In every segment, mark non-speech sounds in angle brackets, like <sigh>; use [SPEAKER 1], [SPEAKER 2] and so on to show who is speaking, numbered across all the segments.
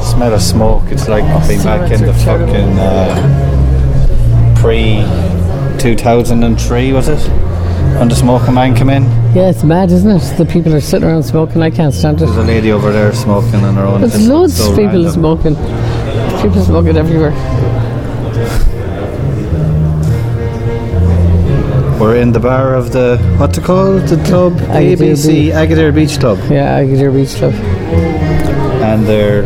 [SPEAKER 1] Smell of smoke. It's like being back in the
[SPEAKER 2] Cigarettes are terrible.
[SPEAKER 1] fucking uh, pre 2003 was it? When the smoking man came in.
[SPEAKER 2] Yeah, it's mad, isn't it? The people are sitting around smoking. I can't stand
[SPEAKER 1] There's
[SPEAKER 2] it.
[SPEAKER 1] a lady over there smoking on her own.
[SPEAKER 2] There's
[SPEAKER 1] It's
[SPEAKER 2] loads
[SPEAKER 1] so
[SPEAKER 2] of people
[SPEAKER 1] random.
[SPEAKER 2] smoking. People smoking everywhere.
[SPEAKER 1] We're in the bar of the what's it called? The club
[SPEAKER 2] Agadir
[SPEAKER 1] ABC
[SPEAKER 2] Beach.
[SPEAKER 1] Agadir Beach Club,
[SPEAKER 2] Yeah, I could hear beach stuff.
[SPEAKER 1] and they're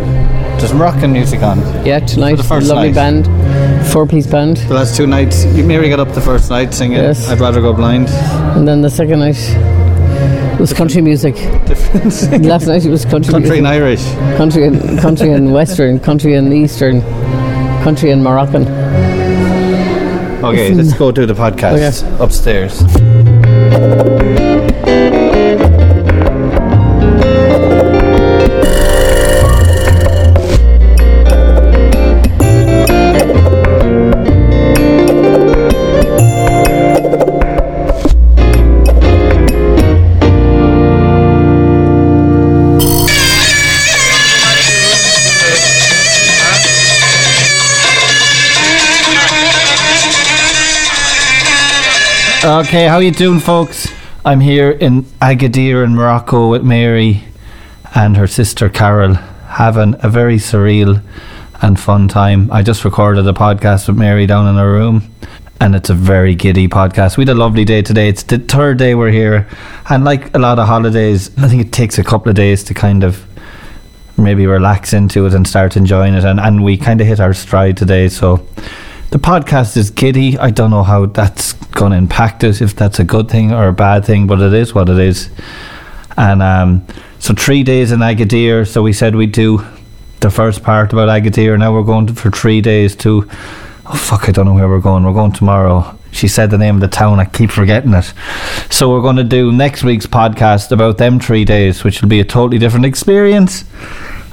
[SPEAKER 1] there's rocking music on.
[SPEAKER 2] Yeah, tonight,
[SPEAKER 1] the first
[SPEAKER 2] lovely
[SPEAKER 1] night.
[SPEAKER 2] band, four-piece band,
[SPEAKER 1] The last two nights, Mary got up the first night singing
[SPEAKER 2] Yes.
[SPEAKER 1] "I'd Rather Go Blind." <laughs>
[SPEAKER 2] and then the second night was
[SPEAKER 1] <laughs>
[SPEAKER 2] country music. Last night it was country,
[SPEAKER 1] Country and
[SPEAKER 2] music.
[SPEAKER 1] Irish.
[SPEAKER 2] country and country and western, country and eastern, country and Moroccan.
[SPEAKER 1] Okay, let's go do the podcast upstairs. Okay, how you doing, folks? I'm here in Agadir in Morocco with Mary and her sister Carol, having a very surreal and fun time. I just recorded a podcast with Mary down in her room, and it's a very giddy podcast. We had a lovely day today. It's the third day we're here, and like a lot of holidays, I think it takes a couple of days to kind of maybe relax into it and start enjoying it. And, and we kind of hit our stride today. So the podcast is giddy. I don't know how that's going to impact us, if that's a good thing or a bad thing, but it is what it is. And um, so three days in Agadir. So we said we'd do the first part about Agadir. Now we're going for three days to. Oh, fuck, I don't know where we're going. We're going tomorrow. She said the name of the town. I keep forgetting it. So we're going to do next week's podcast about them three days, which will be a totally different experience.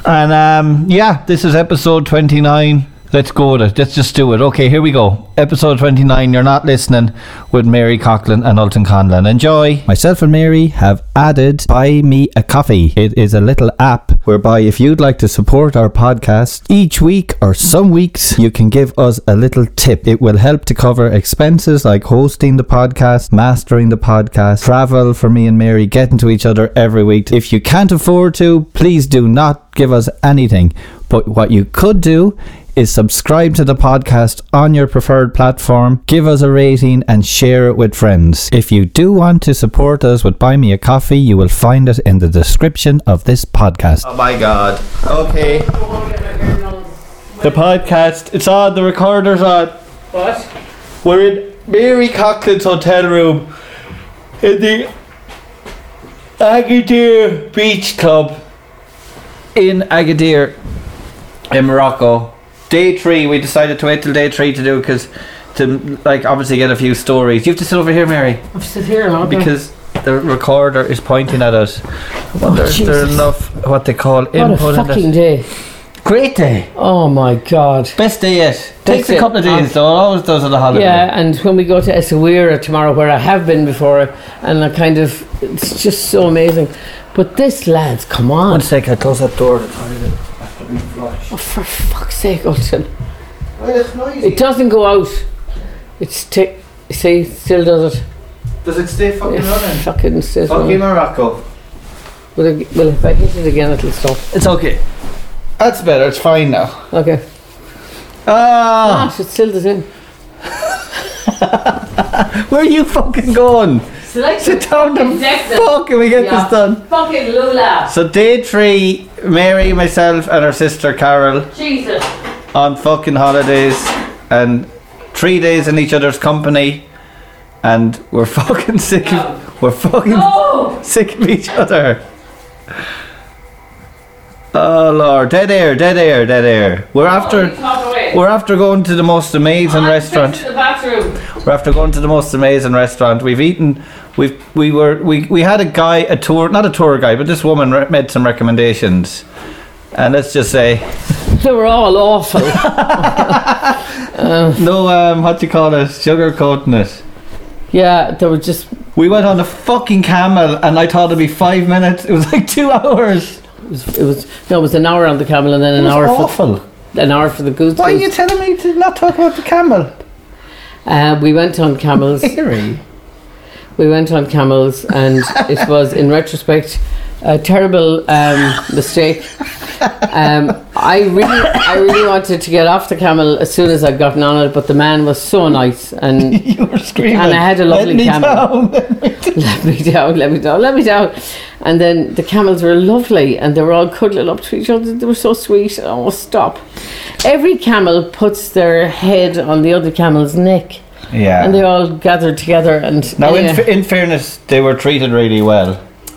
[SPEAKER 1] And um, yeah, this is episode 29. Let's go with it. Let's just do it. Okay, here we go. Episode 29, You're Not Listening with Mary Coughlin and Alton Conlon. Enjoy. Myself and Mary have added Buy Me a Coffee. It is a little app whereby if you'd like to support our podcast each week or some weeks, you can give us a little tip. It will help to cover expenses like hosting the podcast, mastering the podcast, travel for me and Mary, getting to each other every week. If you can't afford to, please do not give us anything. But what you could do is subscribe to the podcast on your preferred platform, give us a rating, and share it with friends. If you do want to support us with Buy Me a Coffee, you will find it in the description of this podcast. Oh my god. Okay. The podcast, it's on, the recorder's on.
[SPEAKER 2] What?
[SPEAKER 1] We're in Mary Coughlin's hotel room in the Agadir Beach Club in Agadir in Morocco. Day three, we decided to wait till day three to do because to like obviously get a few stories. You have to sit over here, Mary,
[SPEAKER 2] I'm sit here now
[SPEAKER 1] because the recorder is pointing at us. I wonder if there are
[SPEAKER 2] Oh, Jesus.
[SPEAKER 1] enough what they call
[SPEAKER 2] what a
[SPEAKER 1] input. in
[SPEAKER 2] fucking
[SPEAKER 1] this.
[SPEAKER 2] day!
[SPEAKER 1] Great day,
[SPEAKER 2] Oh my god!
[SPEAKER 1] best day yet. Takes
[SPEAKER 2] it.
[SPEAKER 1] a couple of
[SPEAKER 2] Um,
[SPEAKER 1] days though. It always does on the holiday.
[SPEAKER 2] Yeah, and when we go to Essaouira tomorrow, where I have been before, and I kind of, it's just so amazing. But this, lads, come on.
[SPEAKER 1] One sec, I close that door. to try to-
[SPEAKER 2] Oh, for fuck's sake, Olsen. It doesn't go out. It's tick. See, it still does it.
[SPEAKER 1] Does it stay fucking
[SPEAKER 2] It
[SPEAKER 1] running?
[SPEAKER 2] fucking says
[SPEAKER 1] Fucking
[SPEAKER 2] no.
[SPEAKER 1] Morocco.
[SPEAKER 2] Will it- Well, if I hit it again, it'll stop.
[SPEAKER 1] It's okay. That's better. It's fine now.
[SPEAKER 2] Okay.
[SPEAKER 1] Ah,
[SPEAKER 2] Gosh, it's still the same.
[SPEAKER 1] where are you fucking going?
[SPEAKER 2] Select
[SPEAKER 1] Sit down the fuck and we get
[SPEAKER 2] Yeah.
[SPEAKER 1] this done.
[SPEAKER 2] Fucking Lula.
[SPEAKER 1] So day three, Mary, myself, and her sister Carol <laughs>
[SPEAKER 2] Jesus.
[SPEAKER 1] on fucking holidays, and three days in each other's company, and we're <laughs> fucking sick. Of, we're fucking
[SPEAKER 2] Oh!
[SPEAKER 1] sick of each other. Oh lord, dead air, dead air, dead air. We're after we're after going to the most amazing restaurant.
[SPEAKER 2] The bathroom.
[SPEAKER 1] We're after going to the most amazing restaurant. We've eaten. We've we were we, we had a guy a tour not a tour guide but this woman re- made some recommendations, and let's just say
[SPEAKER 2] They were all awful.
[SPEAKER 1] no um what do you call it sugar coating it.
[SPEAKER 2] Yeah, they were just
[SPEAKER 1] We went on a fucking camel and I thought it'd be five minutes. It was like two hours.
[SPEAKER 2] it was, it was no, it was an hour on the camel and then
[SPEAKER 1] It
[SPEAKER 2] an
[SPEAKER 1] was
[SPEAKER 2] hour
[SPEAKER 1] awful.
[SPEAKER 2] for an hour for the goose.
[SPEAKER 1] Why are
[SPEAKER 2] goose.
[SPEAKER 1] you telling me to not talk about the camel?
[SPEAKER 2] Uh, we went on
[SPEAKER 1] <laughs>
[SPEAKER 2] camels.
[SPEAKER 1] Eerie.
[SPEAKER 2] we went on camels, and it was in retrospect a terrible um, mistake. Um, I really, I really wanted to get off the camel as soon as I'd gotten on it, but the man was so nice and
[SPEAKER 1] you were screaming.
[SPEAKER 2] And I had a lovely
[SPEAKER 1] Let me
[SPEAKER 2] camel."
[SPEAKER 1] down, let me
[SPEAKER 2] <laughs>
[SPEAKER 1] down."
[SPEAKER 2] let me down, let me down, let me down. And then the camels were lovely and they were all cuddling up to each other. They were so sweet. Oh, stop. Every camel puts their head on the other camel's neck
[SPEAKER 1] Yeah.
[SPEAKER 2] and they all gathered together. And
[SPEAKER 1] now, in,
[SPEAKER 2] anyway,
[SPEAKER 1] fa- in fairness, they were treated really well.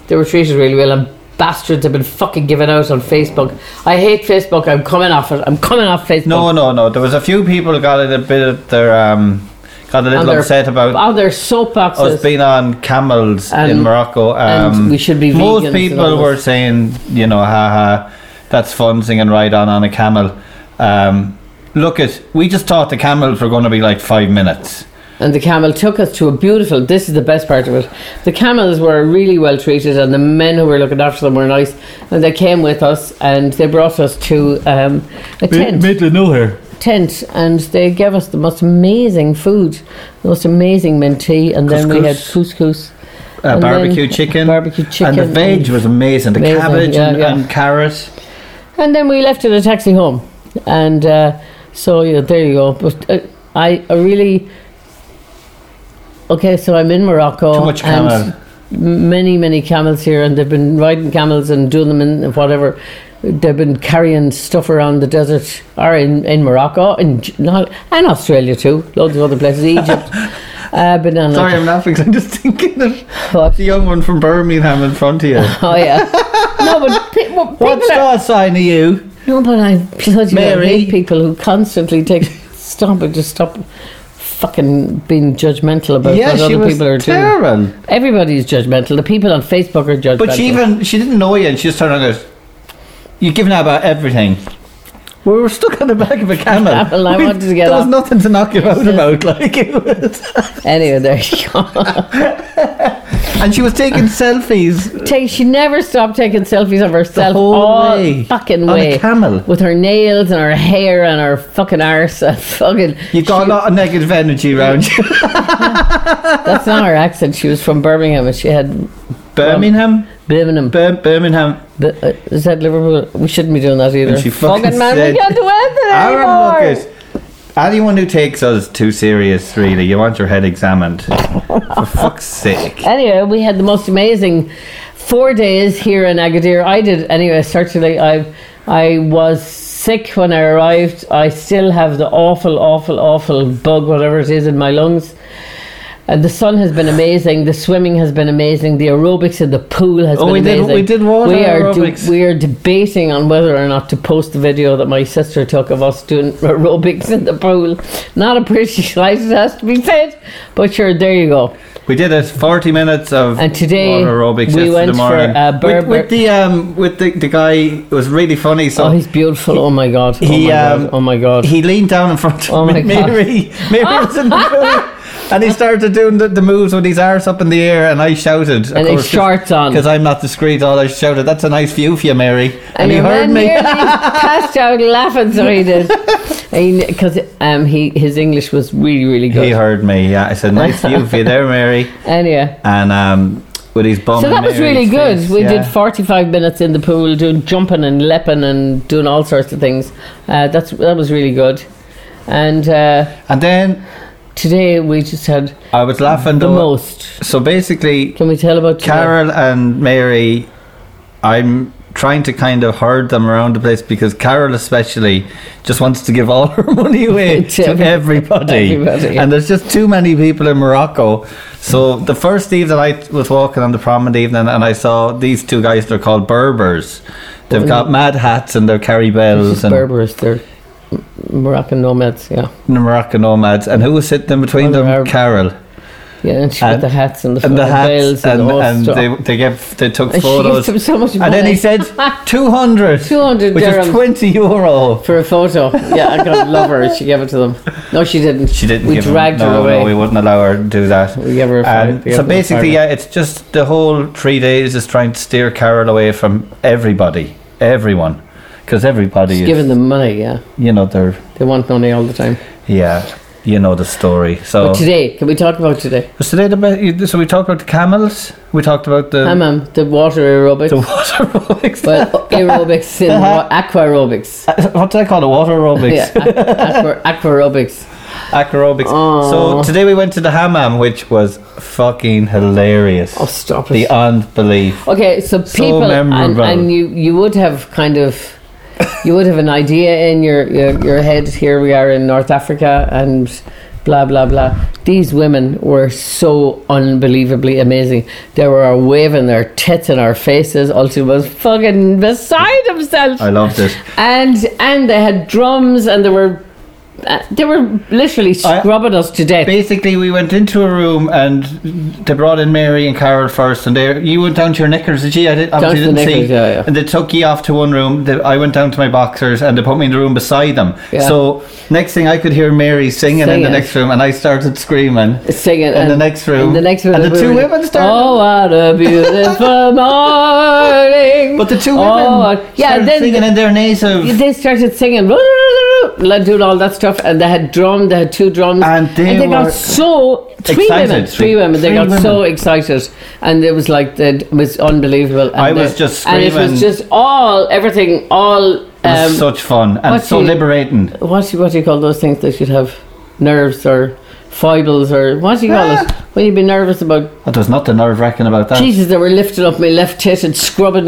[SPEAKER 2] they were treated really well. And bastards have been fucking given out on Facebook. I hate Facebook. I'm coming off it. I'm coming off Facebook.
[SPEAKER 1] No, no, no. There was a few people got a little bit. Their um, got a little
[SPEAKER 2] their-
[SPEAKER 1] upset about
[SPEAKER 2] Oh, their
[SPEAKER 1] us
[SPEAKER 2] soapboxes.
[SPEAKER 1] being on camels in
[SPEAKER 2] And-
[SPEAKER 1] Morocco.
[SPEAKER 2] and
[SPEAKER 1] Um,
[SPEAKER 2] we should be vegans
[SPEAKER 1] Most
[SPEAKER 2] and all
[SPEAKER 1] people
[SPEAKER 2] this.
[SPEAKER 1] were saying, you know, ha ha, that's fun singing right on on a camel. Um, look at, we just thought the camels were going to be like five minutes.
[SPEAKER 2] And the camel took us to a beautiful. This is the best part of it. The camels were really well treated, and the men who were looking after them were nice. And they came with us, and they brought us to um, a tent,
[SPEAKER 1] of nowhere.
[SPEAKER 2] tent, and they gave us the most amazing food, the most amazing mint tea, and then we had couscous,
[SPEAKER 1] Uh,
[SPEAKER 2] And then
[SPEAKER 1] barbecue chicken.
[SPEAKER 2] barbecue
[SPEAKER 1] And
[SPEAKER 2] chicken,
[SPEAKER 1] the veg
[SPEAKER 2] and-
[SPEAKER 1] was amazing. The
[SPEAKER 2] Amazing,
[SPEAKER 1] cabbage
[SPEAKER 2] yeah,
[SPEAKER 1] and,
[SPEAKER 2] yeah.
[SPEAKER 1] and carrot.
[SPEAKER 2] and then we left in a taxi home. And uh, so yeah, there you go. But uh, I, I really. Okay, so I'm in Morocco.
[SPEAKER 1] Too much
[SPEAKER 2] and-
[SPEAKER 1] camel.
[SPEAKER 2] many many camels here and they've been riding camels and doing them in whatever they've been carrying stuff around the desert or in, in Morocco and J- not, and Australia too loads of other
[SPEAKER 1] <laughs>
[SPEAKER 2] places Egypt uh, been on
[SPEAKER 1] Sorry,
[SPEAKER 2] like,
[SPEAKER 1] I'm laughing 'cause I'm just thinking of
[SPEAKER 2] What?
[SPEAKER 1] the young one from Birmingham in front of you. <laughs>
[SPEAKER 2] oh yeah no but pe- well, people
[SPEAKER 1] What's
[SPEAKER 2] are-
[SPEAKER 1] that sign of you?
[SPEAKER 2] no but I bloody well
[SPEAKER 1] Mary?
[SPEAKER 2] hate people who constantly take stop and just stop fucking being judgmental about
[SPEAKER 1] yeah,
[SPEAKER 2] what
[SPEAKER 1] she
[SPEAKER 2] other
[SPEAKER 1] was
[SPEAKER 2] people are doing
[SPEAKER 1] terrible.
[SPEAKER 2] everybody's judgmental the people on Facebook are judgmental
[SPEAKER 1] But she even she didn't know you, and she just turned on this. You're giving out about everything. We were stuck on the back of a camel.
[SPEAKER 2] <laughs> Well, I
[SPEAKER 1] We-
[SPEAKER 2] wanted to get
[SPEAKER 1] There
[SPEAKER 2] off.
[SPEAKER 1] was nothing to knock you out about, like it was.
[SPEAKER 2] anyway there you go <laughs>
[SPEAKER 1] And she was taking selfies
[SPEAKER 2] take, she never stopped taking selfies of herself
[SPEAKER 1] whole
[SPEAKER 2] all
[SPEAKER 1] way.
[SPEAKER 2] fucking
[SPEAKER 1] on
[SPEAKER 2] way.
[SPEAKER 1] a camel.
[SPEAKER 2] With her nails and her hair and her fucking arse and <laughs> fucking.
[SPEAKER 1] You've got a lot of negative energy around you.
[SPEAKER 2] That's not her accent. She was from Birmingham and she had
[SPEAKER 1] Birmingham,
[SPEAKER 2] Birmingham.
[SPEAKER 1] Bir- Birmingham.
[SPEAKER 2] B- uh, is that Liverpool? We shouldn't be doing that either.
[SPEAKER 1] And she fucking
[SPEAKER 2] man,
[SPEAKER 1] said-
[SPEAKER 2] we can't do anything
[SPEAKER 1] Aaron
[SPEAKER 2] anymore.
[SPEAKER 1] Lucas. Anyone who takes us too serious, really, you want your head examined.
[SPEAKER 2] <laughs>
[SPEAKER 1] For fuck's sake.
[SPEAKER 2] Anyway, we had the most amazing four days here in Agadir. I did anyway. Certainly, I I was sick when I arrived. I still have the awful, awful, awful bug, whatever it is, in my lungs. And the sun has been amazing. The swimming has been amazing. The aerobics in the pool has
[SPEAKER 1] Oh,
[SPEAKER 2] been
[SPEAKER 1] we did-
[SPEAKER 2] amazing.
[SPEAKER 1] we did water
[SPEAKER 2] we are de-
[SPEAKER 1] aerobics.
[SPEAKER 2] we are debating on whether or not to post the video that my sister took of us doing <laughs> aerobics in the pool. Not a pretty <laughs> sight, it has to be said. But sure, there you go.
[SPEAKER 1] We did it. Forty minutes of
[SPEAKER 2] And today
[SPEAKER 1] water aerobics
[SPEAKER 2] we
[SPEAKER 1] yesterday
[SPEAKER 2] went for
[SPEAKER 1] morning.
[SPEAKER 2] a
[SPEAKER 1] with,
[SPEAKER 2] Berber-
[SPEAKER 1] with the um with the, the guy it was really funny. So
[SPEAKER 2] oh, he's beautiful. oh my god. Oh
[SPEAKER 1] he,
[SPEAKER 2] my
[SPEAKER 1] um,
[SPEAKER 2] god. Oh my god.
[SPEAKER 1] he leaned down in front of
[SPEAKER 2] Oh my
[SPEAKER 1] me-
[SPEAKER 2] God.
[SPEAKER 1] Mary. Mary was
[SPEAKER 2] <laughs>
[SPEAKER 1] in the pool, and he started doing the, the moves with his arse up in the air, and I shouted.
[SPEAKER 2] and his shorts on.
[SPEAKER 1] Because I'm not discreet, all I shouted, that's a nice view for you, Mary. And, he
[SPEAKER 2] your
[SPEAKER 1] heard
[SPEAKER 2] man
[SPEAKER 1] me. <laughs>
[SPEAKER 2] nearly passed out laughing, so he did. Because um, he his English was really really
[SPEAKER 1] He
[SPEAKER 2] good.
[SPEAKER 1] heard me, yeah. I said, nice view for you there, Mary.
[SPEAKER 2] Anyway,
[SPEAKER 1] And um, with his bum.
[SPEAKER 2] so
[SPEAKER 1] in
[SPEAKER 2] that was
[SPEAKER 1] Mary's
[SPEAKER 2] really good.
[SPEAKER 1] face,
[SPEAKER 2] we
[SPEAKER 1] yeah.
[SPEAKER 2] did forty five minutes in the pool, doing jumping and leaping and doing all sorts of things. Uh, that's that was really good. And uh,
[SPEAKER 1] And then
[SPEAKER 2] today we just had
[SPEAKER 1] I was laughing.
[SPEAKER 2] the
[SPEAKER 1] though.
[SPEAKER 2] most.
[SPEAKER 1] So basically,
[SPEAKER 2] Can we tell about today?
[SPEAKER 1] Carol and Mary, I'm trying to kind of herd them around the place because Carol especially just wants to give all her <laughs> money away
[SPEAKER 2] <laughs> To
[SPEAKER 1] to
[SPEAKER 2] everybody.
[SPEAKER 1] everybody.
[SPEAKER 2] Everybody.
[SPEAKER 1] And there's just too many people in Morocco. So the first eve that I was walking on the promenade evening and I saw these two guys, they're called Berbers. They've got mad hats and they carry
[SPEAKER 2] Oh, This
[SPEAKER 1] bells
[SPEAKER 2] is
[SPEAKER 1] and
[SPEAKER 2] Berberus. They're Moroccan nomads. Yeah.
[SPEAKER 1] Moroccan nomads. And who was sitting in between
[SPEAKER 2] Well, uh,
[SPEAKER 1] them?
[SPEAKER 2] they're Arab.
[SPEAKER 1] Carol.
[SPEAKER 2] Yeah, and she put
[SPEAKER 1] And-
[SPEAKER 2] the hats and the,
[SPEAKER 1] and the hats
[SPEAKER 2] veils and,
[SPEAKER 1] and,
[SPEAKER 2] all
[SPEAKER 1] and
[SPEAKER 2] stuff.
[SPEAKER 1] they, they gave they took
[SPEAKER 2] And she
[SPEAKER 1] photos
[SPEAKER 2] gives him so much money
[SPEAKER 1] and then he said
[SPEAKER 2] <laughs>
[SPEAKER 1] 200
[SPEAKER 2] 200
[SPEAKER 1] which is
[SPEAKER 2] dirhams.
[SPEAKER 1] 20 euro
[SPEAKER 2] for a photo. Yeah, I gotta love her. She gave it to them. No, she didn't.
[SPEAKER 1] she didn't
[SPEAKER 2] We
[SPEAKER 1] give him-
[SPEAKER 2] dragged her
[SPEAKER 1] no,
[SPEAKER 2] away.
[SPEAKER 1] no we wouldn't allow her to do that
[SPEAKER 2] we gave her a
[SPEAKER 1] And
[SPEAKER 2] photo.
[SPEAKER 1] so basically yeah it's just the whole three days is trying to steer Carol away from everybody everyone because everybody
[SPEAKER 2] She's
[SPEAKER 1] is
[SPEAKER 2] giving them money. Yeah,
[SPEAKER 1] you know they're
[SPEAKER 2] they want money all the time.
[SPEAKER 1] yeah you know the story so
[SPEAKER 2] But today, can we talk about today?
[SPEAKER 1] Was today the be- so we talked about the camels we talked about the
[SPEAKER 2] Hammam, the water aerobics.
[SPEAKER 1] Um, <laughs> the water aerobics
[SPEAKER 2] well, aerobics
[SPEAKER 1] <laughs>
[SPEAKER 2] in wa- aqua aerobics.
[SPEAKER 1] what did I call it water aerobics
[SPEAKER 2] Yeah, aqua, aqua aerobics.
[SPEAKER 1] Acrobics.
[SPEAKER 2] Aw.
[SPEAKER 1] So today we went to the hammam, which was fucking hilarious.
[SPEAKER 2] Oh, stop it.
[SPEAKER 1] Beyond belief.
[SPEAKER 2] Okay, so people, and,
[SPEAKER 1] memorable.
[SPEAKER 2] and you you would have kind of, you would have an idea in your, your your head. Here we are in North Africa, and blah blah blah. These women were so unbelievably amazing. They were waving their tits in our faces. Also, was fucking beside himself
[SPEAKER 1] I loved it.
[SPEAKER 2] and and they had drums and they were uh, they were literally
[SPEAKER 1] I-
[SPEAKER 2] scrubbing us to death.
[SPEAKER 1] Basically, we went into a room and they brought in Mary and Carol first, and they you went down to your knickers. Did you? I did, obviously
[SPEAKER 2] to the
[SPEAKER 1] didn't
[SPEAKER 2] knickers,
[SPEAKER 1] see.
[SPEAKER 2] yeah, yeah.
[SPEAKER 1] And they took you off to one room. They, I went down to my boxers, and they put me in the room beside them.
[SPEAKER 2] Yeah.
[SPEAKER 1] So next thing I could hear Mary singing, in
[SPEAKER 2] Singing.
[SPEAKER 1] the next room, and I started screaming.
[SPEAKER 2] Singing
[SPEAKER 1] In the next room.
[SPEAKER 2] In the next room,
[SPEAKER 1] And the
[SPEAKER 2] we
[SPEAKER 1] two
[SPEAKER 2] were-
[SPEAKER 1] women started-
[SPEAKER 2] Oh, what
[SPEAKER 1] <laughs>
[SPEAKER 2] a beautiful morning!
[SPEAKER 1] But the two women,
[SPEAKER 2] Oh, what- yeah.
[SPEAKER 1] started
[SPEAKER 2] Then
[SPEAKER 1] singing in their native.
[SPEAKER 2] they started singing, like doing all that stuff, and they had drum. They had two drums,
[SPEAKER 1] And they
[SPEAKER 2] got
[SPEAKER 1] were
[SPEAKER 2] so three
[SPEAKER 1] excited.
[SPEAKER 2] women, three women. They
[SPEAKER 1] Three
[SPEAKER 2] got so
[SPEAKER 1] women.
[SPEAKER 2] excited, and it was like it was unbelievable. And
[SPEAKER 1] I was
[SPEAKER 2] they-
[SPEAKER 1] just
[SPEAKER 2] and it was
[SPEAKER 1] screaming.
[SPEAKER 2] just all everything, all.
[SPEAKER 1] it was
[SPEAKER 2] um,
[SPEAKER 1] such fun and
[SPEAKER 2] what
[SPEAKER 1] so
[SPEAKER 2] do you-
[SPEAKER 1] liberating.
[SPEAKER 2] what do, what do you call those things that you'd have nerves or foibles or what do you call it
[SPEAKER 1] Ah.
[SPEAKER 2] when you'd be nervous about
[SPEAKER 1] Oh, there's nothing nerve wracking about that.
[SPEAKER 2] <laughs> Jesus they were lifting up my left tit and scrubbing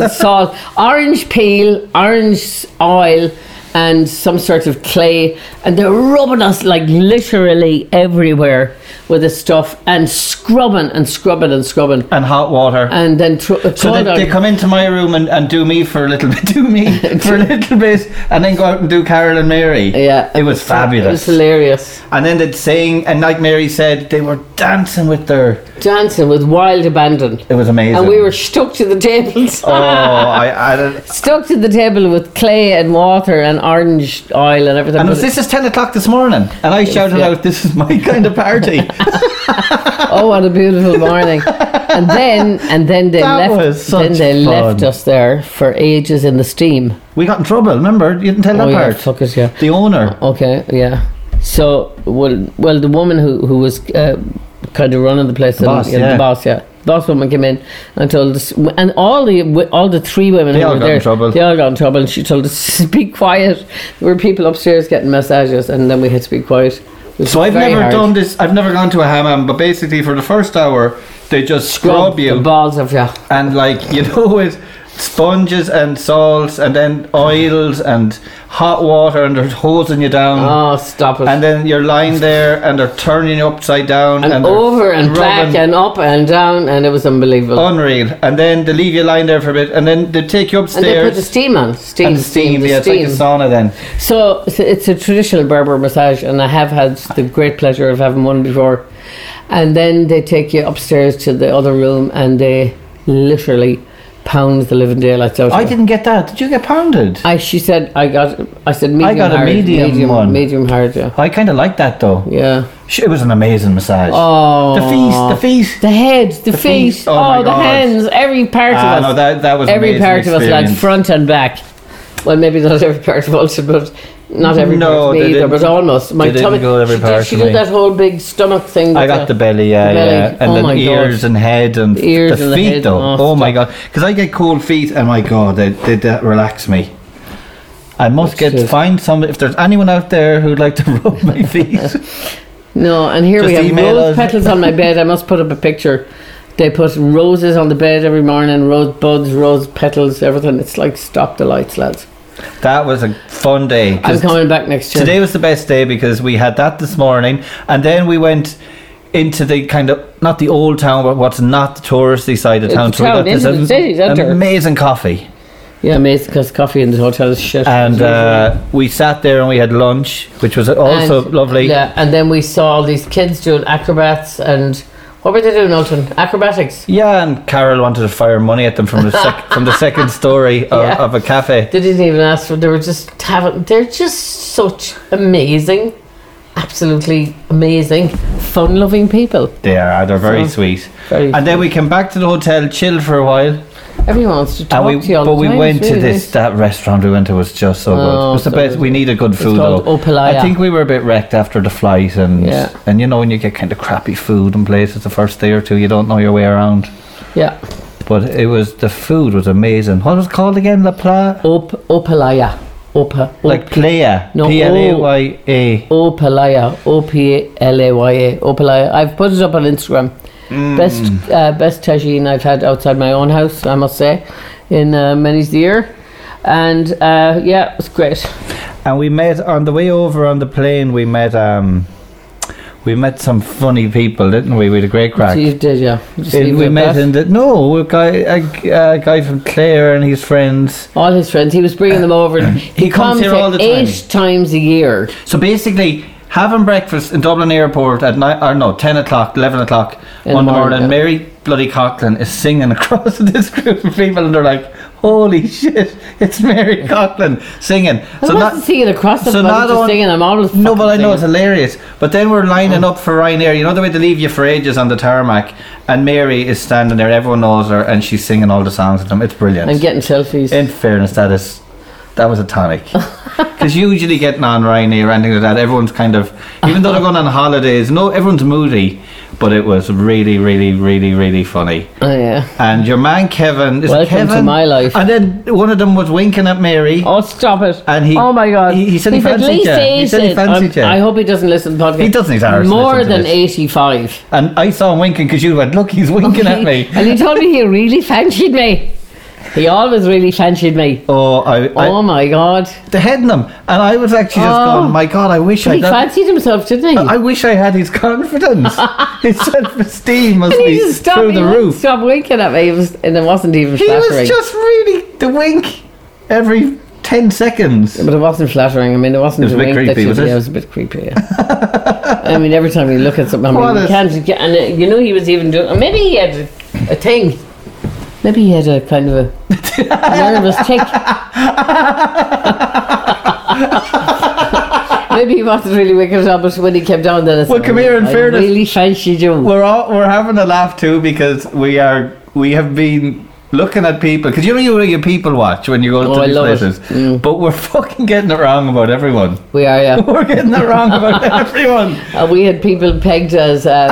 [SPEAKER 1] <laughs>
[SPEAKER 2] with salt orange peel orange oil and some sort of clay and they're rubbing us like literally everywhere with this stuff and scrubbing and scrubbing and scrubbing
[SPEAKER 1] And hot water.
[SPEAKER 2] and then uh, tr-
[SPEAKER 1] so they, they come into my room and, and do me for a little <laughs> bit, do
[SPEAKER 2] <laughs>
[SPEAKER 1] me for a little bit, and then go out and do Carol and Mary.
[SPEAKER 2] yeah
[SPEAKER 1] It was
[SPEAKER 2] it was
[SPEAKER 1] fabulous.
[SPEAKER 2] hilarious
[SPEAKER 1] and then they'd sing, and like Mary said, they were dancing with their.
[SPEAKER 2] dancing with wild abandon
[SPEAKER 1] It was amazing.
[SPEAKER 2] and we were stuck to the tables
[SPEAKER 1] <laughs> Oh, I, I don't-
[SPEAKER 2] <laughs> stuck to the table with clay and water and orange oil and everything.
[SPEAKER 1] And it was,
[SPEAKER 2] But it-
[SPEAKER 1] this is 10 o'clock this morning. And I shouted
[SPEAKER 2] yeah.
[SPEAKER 1] out, This is my <laughs> kind of party.
[SPEAKER 2] oh, what a beautiful morning! and then, and then they
[SPEAKER 1] That
[SPEAKER 2] left.
[SPEAKER 1] was such
[SPEAKER 2] then they
[SPEAKER 1] fun.
[SPEAKER 2] left us there for ages in the steam.
[SPEAKER 1] we got in trouble, remember? You didn't tell
[SPEAKER 2] oh,
[SPEAKER 1] that
[SPEAKER 2] yeah,
[SPEAKER 1] part.
[SPEAKER 2] fuck it, yeah.
[SPEAKER 1] The owner.
[SPEAKER 2] Okay, yeah. So, well, well, the woman who who was uh, kind of running the place, and-
[SPEAKER 1] boss,
[SPEAKER 2] and the
[SPEAKER 1] yeah.
[SPEAKER 2] boss, yeah, boss woman came in and told us, and all the wi- all the three women
[SPEAKER 1] They
[SPEAKER 2] who
[SPEAKER 1] all
[SPEAKER 2] were
[SPEAKER 1] got in
[SPEAKER 2] there,
[SPEAKER 1] trouble.
[SPEAKER 2] they all got in trouble, and she told us <laughs> be quiet. There were people upstairs getting massages, and then we had to be quiet. It was
[SPEAKER 1] So I've
[SPEAKER 2] very
[SPEAKER 1] never
[SPEAKER 2] hard.
[SPEAKER 1] done this. I've never gone to a hammam, but basically for the first hour, they just scrub,
[SPEAKER 2] Scrub
[SPEAKER 1] you
[SPEAKER 2] the balls of you.
[SPEAKER 1] and like you know <laughs> with sponges and salts and then oils and hot water and they're hosing you down.
[SPEAKER 2] Oh, stop it.
[SPEAKER 1] Mm. And then you're lying there and they're turning you upside down
[SPEAKER 2] and
[SPEAKER 1] and, they're
[SPEAKER 2] over and
[SPEAKER 1] rubbing-
[SPEAKER 2] back and up and down, and it was
[SPEAKER 1] Oh,
[SPEAKER 2] unbelievable.
[SPEAKER 1] unreal. And then they leave you lying there for a bit and then they take you
[SPEAKER 2] and they put
[SPEAKER 1] upstairs
[SPEAKER 2] the steam on. Steam,
[SPEAKER 1] and steam,
[SPEAKER 2] the
[SPEAKER 1] yeah, it's like a sauna then.
[SPEAKER 2] So, so it's a traditional Berber massage, and I have had the great pleasure of having one before. And then they take you upstairs to the other room, and they literally pound the living daylights out. of
[SPEAKER 1] I
[SPEAKER 2] you.
[SPEAKER 1] didn't get that. Did you get pounded? I,
[SPEAKER 2] I she said I got. I said medium.
[SPEAKER 1] I got a
[SPEAKER 2] hard,
[SPEAKER 1] medium one.
[SPEAKER 2] Medium hard. Yeah.
[SPEAKER 1] kind of like that though.
[SPEAKER 2] Yeah.
[SPEAKER 1] Sh- It was an amazing massage.
[SPEAKER 2] Oh.
[SPEAKER 1] The feast, the feast.
[SPEAKER 2] The head, the,
[SPEAKER 1] feet,
[SPEAKER 2] face,
[SPEAKER 1] oh
[SPEAKER 2] oh,
[SPEAKER 1] my
[SPEAKER 2] the
[SPEAKER 1] God.
[SPEAKER 2] hands, every part
[SPEAKER 1] Ah,
[SPEAKER 2] of us.
[SPEAKER 1] no, that- that was
[SPEAKER 2] every
[SPEAKER 1] amazing
[SPEAKER 2] part of us, like
[SPEAKER 1] experience.
[SPEAKER 2] front and back. Well, maybe not every part of us, but not every
[SPEAKER 1] No,
[SPEAKER 2] part of
[SPEAKER 1] they
[SPEAKER 2] me either,
[SPEAKER 1] didn't-
[SPEAKER 2] but almost. My
[SPEAKER 1] they didn't
[SPEAKER 2] tummy.
[SPEAKER 1] go every
[SPEAKER 2] she
[SPEAKER 1] part
[SPEAKER 2] did, she
[SPEAKER 1] of
[SPEAKER 2] did
[SPEAKER 1] me.
[SPEAKER 2] that whole big stomach thing.
[SPEAKER 1] I
[SPEAKER 2] with
[SPEAKER 1] got the belly, yeah,
[SPEAKER 2] the belly.
[SPEAKER 1] yeah, and
[SPEAKER 2] Oh
[SPEAKER 1] then
[SPEAKER 2] my God.
[SPEAKER 1] ears and head and
[SPEAKER 2] The ears
[SPEAKER 1] the
[SPEAKER 2] and the
[SPEAKER 1] feet
[SPEAKER 2] head,
[SPEAKER 1] though.
[SPEAKER 2] oh,
[SPEAKER 1] Oh, my god, because I get cold feet, and my god, they, they, that relax me. I must
[SPEAKER 2] That's
[SPEAKER 1] get
[SPEAKER 2] it.
[SPEAKER 1] find some. If there's anyone out there who'd like to <laughs> rub my feet,
[SPEAKER 2] <laughs> No, and here we
[SPEAKER 1] Just
[SPEAKER 2] have
[SPEAKER 1] email us.
[SPEAKER 2] rose petals on my bed. I must put up a picture. They put roses on the bed every morning, rose buds, rose petals, everything. It's like stop the lights, lads.
[SPEAKER 1] that was a fun day. 'cause
[SPEAKER 2] I'm coming back next year.
[SPEAKER 1] Today was the best day because we had that this morning, and then we went into the kind of not the old town, but what's not the touristy side of
[SPEAKER 2] It's
[SPEAKER 1] town.
[SPEAKER 2] the town,
[SPEAKER 1] we got this
[SPEAKER 2] into the city centre.
[SPEAKER 1] amazing coffee.
[SPEAKER 2] Yeah, amazing because coffee in the hotel is shit.
[SPEAKER 1] And uh, we sat there and we had lunch, which was also
[SPEAKER 2] And-
[SPEAKER 1] lovely.
[SPEAKER 2] Yeah, and then we saw all these kids doing acrobats and what were they doing, Alton? Acrobatics.
[SPEAKER 1] Yeah, and Carol wanted to fire money at them from the sec- from the
[SPEAKER 2] <laughs>
[SPEAKER 1] second story of,
[SPEAKER 2] Yeah.
[SPEAKER 1] of a cafe.
[SPEAKER 2] They didn't even ask for. They were just having. They're just such amazing, absolutely amazing, fun-loving people.
[SPEAKER 1] They are. They're very
[SPEAKER 2] So-
[SPEAKER 1] sweet.
[SPEAKER 2] Very
[SPEAKER 1] And then we came back to the hotel, chilled for a while,
[SPEAKER 2] everyone wants to talk
[SPEAKER 1] and we
[SPEAKER 2] to you all
[SPEAKER 1] but
[SPEAKER 2] the
[SPEAKER 1] we
[SPEAKER 2] time,
[SPEAKER 1] went
[SPEAKER 2] it's
[SPEAKER 1] to
[SPEAKER 2] really
[SPEAKER 1] this that restaurant we went to was just so good. It
[SPEAKER 2] Oh,
[SPEAKER 1] was the
[SPEAKER 2] so
[SPEAKER 1] best.
[SPEAKER 2] good.
[SPEAKER 1] We needed good food
[SPEAKER 2] called
[SPEAKER 1] though.
[SPEAKER 2] Opalaya.
[SPEAKER 1] I think we were a bit wrecked after the flight, and
[SPEAKER 2] Yeah.
[SPEAKER 1] and you know when you get kind of crappy food in places the first day or two, you don't know your way around.
[SPEAKER 2] nice. Yeah,
[SPEAKER 1] But it was the food was amazing. What was it called again? La Pla,
[SPEAKER 2] Op Opalaya, Opa Op-
[SPEAKER 1] like Playa,
[SPEAKER 2] No, Oh.
[SPEAKER 1] P L A Y A.
[SPEAKER 2] Opalaya, O P L A Y A, Opalaya. I've put it up on Instagram.
[SPEAKER 1] Mm.
[SPEAKER 2] Best uh, best tagine I've had outside my own house, I must say, in uh, many's the year, and uh, yeah, it's great.
[SPEAKER 1] And we met on the way over on the plane. We met um, we met some funny people, didn't we? We had a great crack.
[SPEAKER 2] So you did, yeah. Just
[SPEAKER 1] And
[SPEAKER 2] leave it
[SPEAKER 1] we
[SPEAKER 2] at
[SPEAKER 1] met
[SPEAKER 2] that.
[SPEAKER 1] in the no a guy a, g- a guy from Clare and his friends.
[SPEAKER 2] all his friends. He was bringing
[SPEAKER 1] <laughs>
[SPEAKER 2] them over. he,
[SPEAKER 1] comes here all the time.
[SPEAKER 2] eight times a year.
[SPEAKER 1] So basically, having breakfast in Dublin Airport at night or no ten o'clock, eleven o'clock
[SPEAKER 2] In the
[SPEAKER 1] one morning.
[SPEAKER 2] morning, yeah.
[SPEAKER 1] Mary bloody Coughlin is singing <laughs> across this group of people, and they're like, "Holy shit, it's Mary Coughlin singing."
[SPEAKER 2] So I'm not seeing it across the
[SPEAKER 1] so
[SPEAKER 2] so
[SPEAKER 1] not
[SPEAKER 2] just
[SPEAKER 1] on-
[SPEAKER 2] singing. I'm
[SPEAKER 1] No,
[SPEAKER 2] always fucking Oh.
[SPEAKER 1] but I know it's
[SPEAKER 2] singing.
[SPEAKER 1] hilarious. But then we're lining up for Ryanair. You know the way they leave you for ages on the tarmac, and Mary is standing there. Everyone knows her, and she's singing all the songs with them. It's brilliant.
[SPEAKER 2] I'm getting selfies.
[SPEAKER 1] In fairness, that is that was a
[SPEAKER 2] <laughs>
[SPEAKER 1] tonic. Because usually getting on Ryanair or anything like that, everyone's kind of even though they're going on holidays, no, everyone's moody. But it was really, really, really, really funny.
[SPEAKER 2] oh yeah.
[SPEAKER 1] And your man Kevin is it
[SPEAKER 2] Welcome to
[SPEAKER 1] Kevin?
[SPEAKER 2] my life.
[SPEAKER 1] And then one of them was winking at Mary.
[SPEAKER 2] Oh stop it!
[SPEAKER 1] And he-
[SPEAKER 2] oh my god!
[SPEAKER 1] he- he said he
[SPEAKER 2] He's at
[SPEAKER 1] fancied
[SPEAKER 2] least
[SPEAKER 1] you. He said he
[SPEAKER 2] 80.
[SPEAKER 1] fancied
[SPEAKER 2] Um,
[SPEAKER 1] you.
[SPEAKER 2] I hope he doesn't listen to the podcast.
[SPEAKER 1] He doesn't, he's Irish,
[SPEAKER 2] More
[SPEAKER 1] listen to
[SPEAKER 2] than
[SPEAKER 1] this.
[SPEAKER 2] eighty-five.
[SPEAKER 1] And I saw him winking because you went, look, he's winking at me.
[SPEAKER 2] and he told me he really fancied me. He always really fancied me.
[SPEAKER 1] Oh, I, I
[SPEAKER 2] oh my god!
[SPEAKER 1] the head in him, and I was actually just
[SPEAKER 2] Oh.
[SPEAKER 1] going, my God, I wish
[SPEAKER 2] He
[SPEAKER 1] I. done-
[SPEAKER 2] fancied himself, didn't he?
[SPEAKER 1] I wish I had his <laughs>
[SPEAKER 2] <laughs>
[SPEAKER 1] confidence. his self-esteem must
[SPEAKER 2] And he
[SPEAKER 1] be
[SPEAKER 2] just stopped,
[SPEAKER 1] through
[SPEAKER 2] he
[SPEAKER 1] the
[SPEAKER 2] wouldn't
[SPEAKER 1] roof.
[SPEAKER 2] Stop winking at me, it was, and it wasn't even
[SPEAKER 1] He
[SPEAKER 2] flattering.
[SPEAKER 1] was just really the wink every ten seconds.
[SPEAKER 2] But it wasn't flattering. I mean, it wasn't
[SPEAKER 1] It was a bit
[SPEAKER 2] wink that
[SPEAKER 1] creepy,
[SPEAKER 2] you-
[SPEAKER 1] was it?
[SPEAKER 2] Yeah, it was a bit creepy. Yeah. I mean, every time you look at something, I mean,
[SPEAKER 1] What
[SPEAKER 2] you
[SPEAKER 1] is-
[SPEAKER 2] can't. you can't- And uh, you know, he was even doing. or Maybe he had a, a thing. Maybe he had a kind of a nervous tick. <laughs> Maybe he wasn't really wicked at all, but when he came down, then it's
[SPEAKER 1] Well, come here, in
[SPEAKER 2] I
[SPEAKER 1] fairness-
[SPEAKER 2] really fancied you.
[SPEAKER 1] We're all we're having a laugh too because we are we have been looking at people because you know you your people watch when you go
[SPEAKER 2] Oh,
[SPEAKER 1] to
[SPEAKER 2] I
[SPEAKER 1] these
[SPEAKER 2] love it.
[SPEAKER 1] places,
[SPEAKER 2] Mm.
[SPEAKER 1] but we're fucking getting it wrong about everyone. <laughs>
[SPEAKER 2] we are, yeah.
[SPEAKER 1] We're getting it wrong
[SPEAKER 2] <laughs>
[SPEAKER 1] about everyone.
[SPEAKER 2] Uh, we had people pegged
[SPEAKER 1] <laughs>
[SPEAKER 2] as um,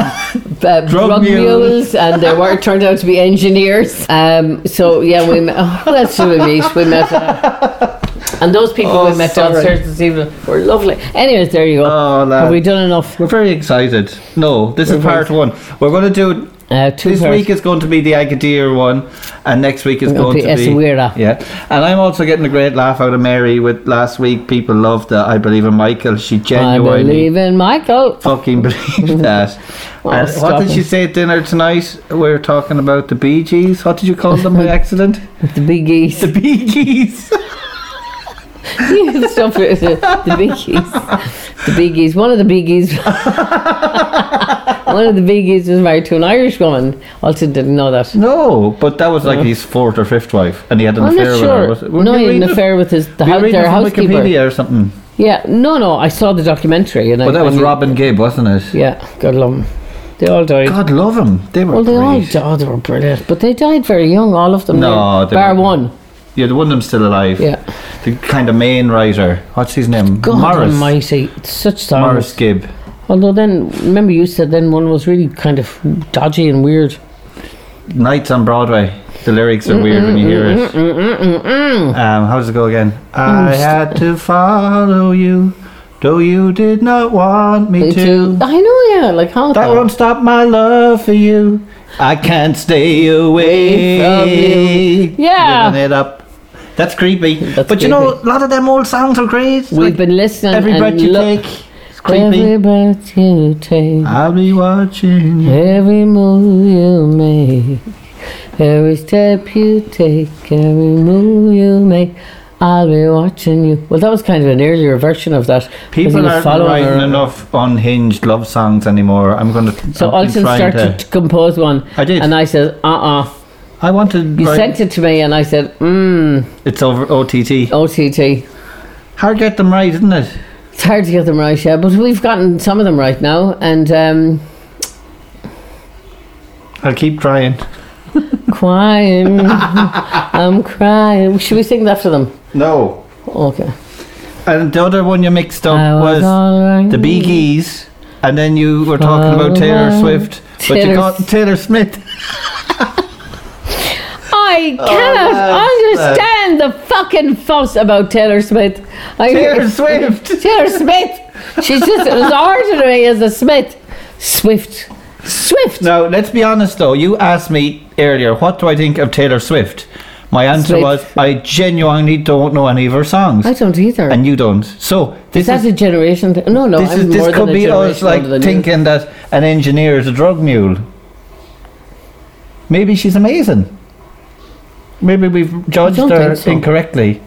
[SPEAKER 2] uh, drug,
[SPEAKER 1] mules.
[SPEAKER 2] mules, and they were turned out to be engineers. Um, so yeah, we met, <laughs> oh, that's who we meet. We met, uh, and those people
[SPEAKER 1] Oh,
[SPEAKER 2] we met
[SPEAKER 1] sorry.
[SPEAKER 2] downstairs this evening were lovely. Anyways, there you go.
[SPEAKER 1] Oh, lad.
[SPEAKER 2] Have we done enough?
[SPEAKER 1] We're very excited. No, this is
[SPEAKER 2] We're very-
[SPEAKER 1] part one. We're going to do
[SPEAKER 2] Uh, two
[SPEAKER 1] this
[SPEAKER 2] parts.
[SPEAKER 1] week is going to be the Agadir one, and next week is
[SPEAKER 2] We're
[SPEAKER 1] going
[SPEAKER 2] gonna
[SPEAKER 1] to
[SPEAKER 2] be
[SPEAKER 1] be
[SPEAKER 2] Essaouira.
[SPEAKER 1] Yeah, and I'm also getting a great laugh out of Mary with last week. People loved that. I believe in Michael. She
[SPEAKER 2] I
[SPEAKER 1] genuinely
[SPEAKER 2] believe in Michael.
[SPEAKER 1] fucking
[SPEAKER 2] <laughs>
[SPEAKER 1] believed that.
[SPEAKER 2] Oh,
[SPEAKER 1] and what
[SPEAKER 2] stop
[SPEAKER 1] did
[SPEAKER 2] it.
[SPEAKER 1] she say at dinner tonight? We were talking about the Bee Gees. What did you call them
[SPEAKER 2] <laughs>
[SPEAKER 1] by accident?
[SPEAKER 2] The big geese.
[SPEAKER 1] The Bee Gees.
[SPEAKER 2] <laughs> Stop it. The big geese. The big geese. One of the big geese. <laughs> One of the big geese was married to an Irish woman. Also didn't know that.
[SPEAKER 1] no, but that was like his fourth or fifth wife, and he had an
[SPEAKER 2] Uh, I'm
[SPEAKER 1] affair
[SPEAKER 2] not
[SPEAKER 1] with her.
[SPEAKER 2] sure.
[SPEAKER 1] Was it? Were
[SPEAKER 2] No,
[SPEAKER 1] you
[SPEAKER 2] he had an
[SPEAKER 1] reading it?
[SPEAKER 2] affair with his the
[SPEAKER 1] Were you
[SPEAKER 2] house,
[SPEAKER 1] reading
[SPEAKER 2] their
[SPEAKER 1] it from
[SPEAKER 2] housekeeper.
[SPEAKER 1] Wikipedia or something.
[SPEAKER 2] Yeah, no, no. I saw the documentary, and I.
[SPEAKER 1] But that
[SPEAKER 2] I
[SPEAKER 1] was
[SPEAKER 2] knew-
[SPEAKER 1] Robin Gibb, wasn't it?
[SPEAKER 2] Yeah, God love 'em. They all died.
[SPEAKER 1] God love him. They were
[SPEAKER 2] well, they all
[SPEAKER 1] great.
[SPEAKER 2] died. oh, They were brilliant, but they died very young, all of them.
[SPEAKER 1] No,
[SPEAKER 2] They-
[SPEAKER 1] they
[SPEAKER 2] bar
[SPEAKER 1] were-
[SPEAKER 2] one.
[SPEAKER 1] Yeah, the one of them's still alive.
[SPEAKER 2] Yeah.
[SPEAKER 1] The kind of main writer. What's his name?
[SPEAKER 2] God
[SPEAKER 1] Morris.
[SPEAKER 2] Almighty, it's such songs.
[SPEAKER 1] Morris Gibb.
[SPEAKER 2] Although then, remember you said then one was really kind of dodgy and weird.
[SPEAKER 1] Nights on Broadway. The lyrics are weird when you hear it. Um, how does it go again?
[SPEAKER 2] Oh,
[SPEAKER 1] I had to follow you, though you did not want me to.
[SPEAKER 2] I know, yeah, like how
[SPEAKER 1] That won't stop my love for you. I can't stay away
[SPEAKER 2] From you. Yeah.
[SPEAKER 1] Living it up. That's creepy.
[SPEAKER 2] That's
[SPEAKER 1] but you know, a
[SPEAKER 2] creepy.
[SPEAKER 1] lot of them old songs are great.
[SPEAKER 2] We've
[SPEAKER 1] Like,
[SPEAKER 2] been listening.
[SPEAKER 1] Every
[SPEAKER 2] and
[SPEAKER 1] breath you
[SPEAKER 2] lo-
[SPEAKER 1] take. It's creepy.
[SPEAKER 2] Every breath you take.
[SPEAKER 1] I'll be watching.
[SPEAKER 2] Every move you make, Every step you take, every move you make, I'll be watching you. Well, that was kind of an earlier version of that. Wasn't
[SPEAKER 1] People
[SPEAKER 2] it
[SPEAKER 1] aren't
[SPEAKER 2] following
[SPEAKER 1] writing
[SPEAKER 2] or-
[SPEAKER 1] enough unhinged love songs anymore. I'm going to.
[SPEAKER 2] So Olsen started to, compose one.
[SPEAKER 1] I did.
[SPEAKER 2] And I said, uh uh
[SPEAKER 1] I wanted.
[SPEAKER 2] You
[SPEAKER 1] write-
[SPEAKER 2] sent it to me, and I said, mmm,
[SPEAKER 1] It's over OTT.
[SPEAKER 2] OTT.
[SPEAKER 1] Hard to get them right, isn't it?
[SPEAKER 2] It's hard to get them right, yeah, but we've gotten some of them right now, and um,
[SPEAKER 1] I'll keep trying. <laughs>
[SPEAKER 2] crying. I'm crying. Should we sing that for them?
[SPEAKER 1] No.
[SPEAKER 2] Okay.
[SPEAKER 1] And the other one you mixed up
[SPEAKER 2] I
[SPEAKER 1] was,
[SPEAKER 2] all right.
[SPEAKER 1] the Bee Gees, and then you were talking about Taylor
[SPEAKER 2] Alright.
[SPEAKER 1] Swift, but
[SPEAKER 2] Taylor
[SPEAKER 1] you called Taylor Smith. <laughs>
[SPEAKER 2] I cannot
[SPEAKER 1] Oh, that's-
[SPEAKER 2] understand the fucking fuss about Taylor Smith. I
[SPEAKER 1] Taylor Swift.
[SPEAKER 2] <laughs> Taylor Smith. She's just as ordinary as a Smith. Swift. Swift.
[SPEAKER 1] Now, let's be honest though. You asked me earlier, what do I think of Taylor Swift? My answer was,
[SPEAKER 2] Swift.
[SPEAKER 1] I genuinely don't know any of her songs,
[SPEAKER 2] I don't either.
[SPEAKER 1] and you don't. So
[SPEAKER 2] is
[SPEAKER 1] this
[SPEAKER 2] that
[SPEAKER 1] is.
[SPEAKER 2] a generation thing? No, no.
[SPEAKER 1] This,
[SPEAKER 2] I'm
[SPEAKER 1] is,
[SPEAKER 2] more
[SPEAKER 1] this
[SPEAKER 2] than
[SPEAKER 1] could
[SPEAKER 2] a
[SPEAKER 1] be us
[SPEAKER 2] generation
[SPEAKER 1] like
[SPEAKER 2] older than you.
[SPEAKER 1] thinking that an engineer is a drug mule. Maybe she's amazing. Maybe we've judged
[SPEAKER 2] don't
[SPEAKER 1] her
[SPEAKER 2] think so.
[SPEAKER 1] incorrectly.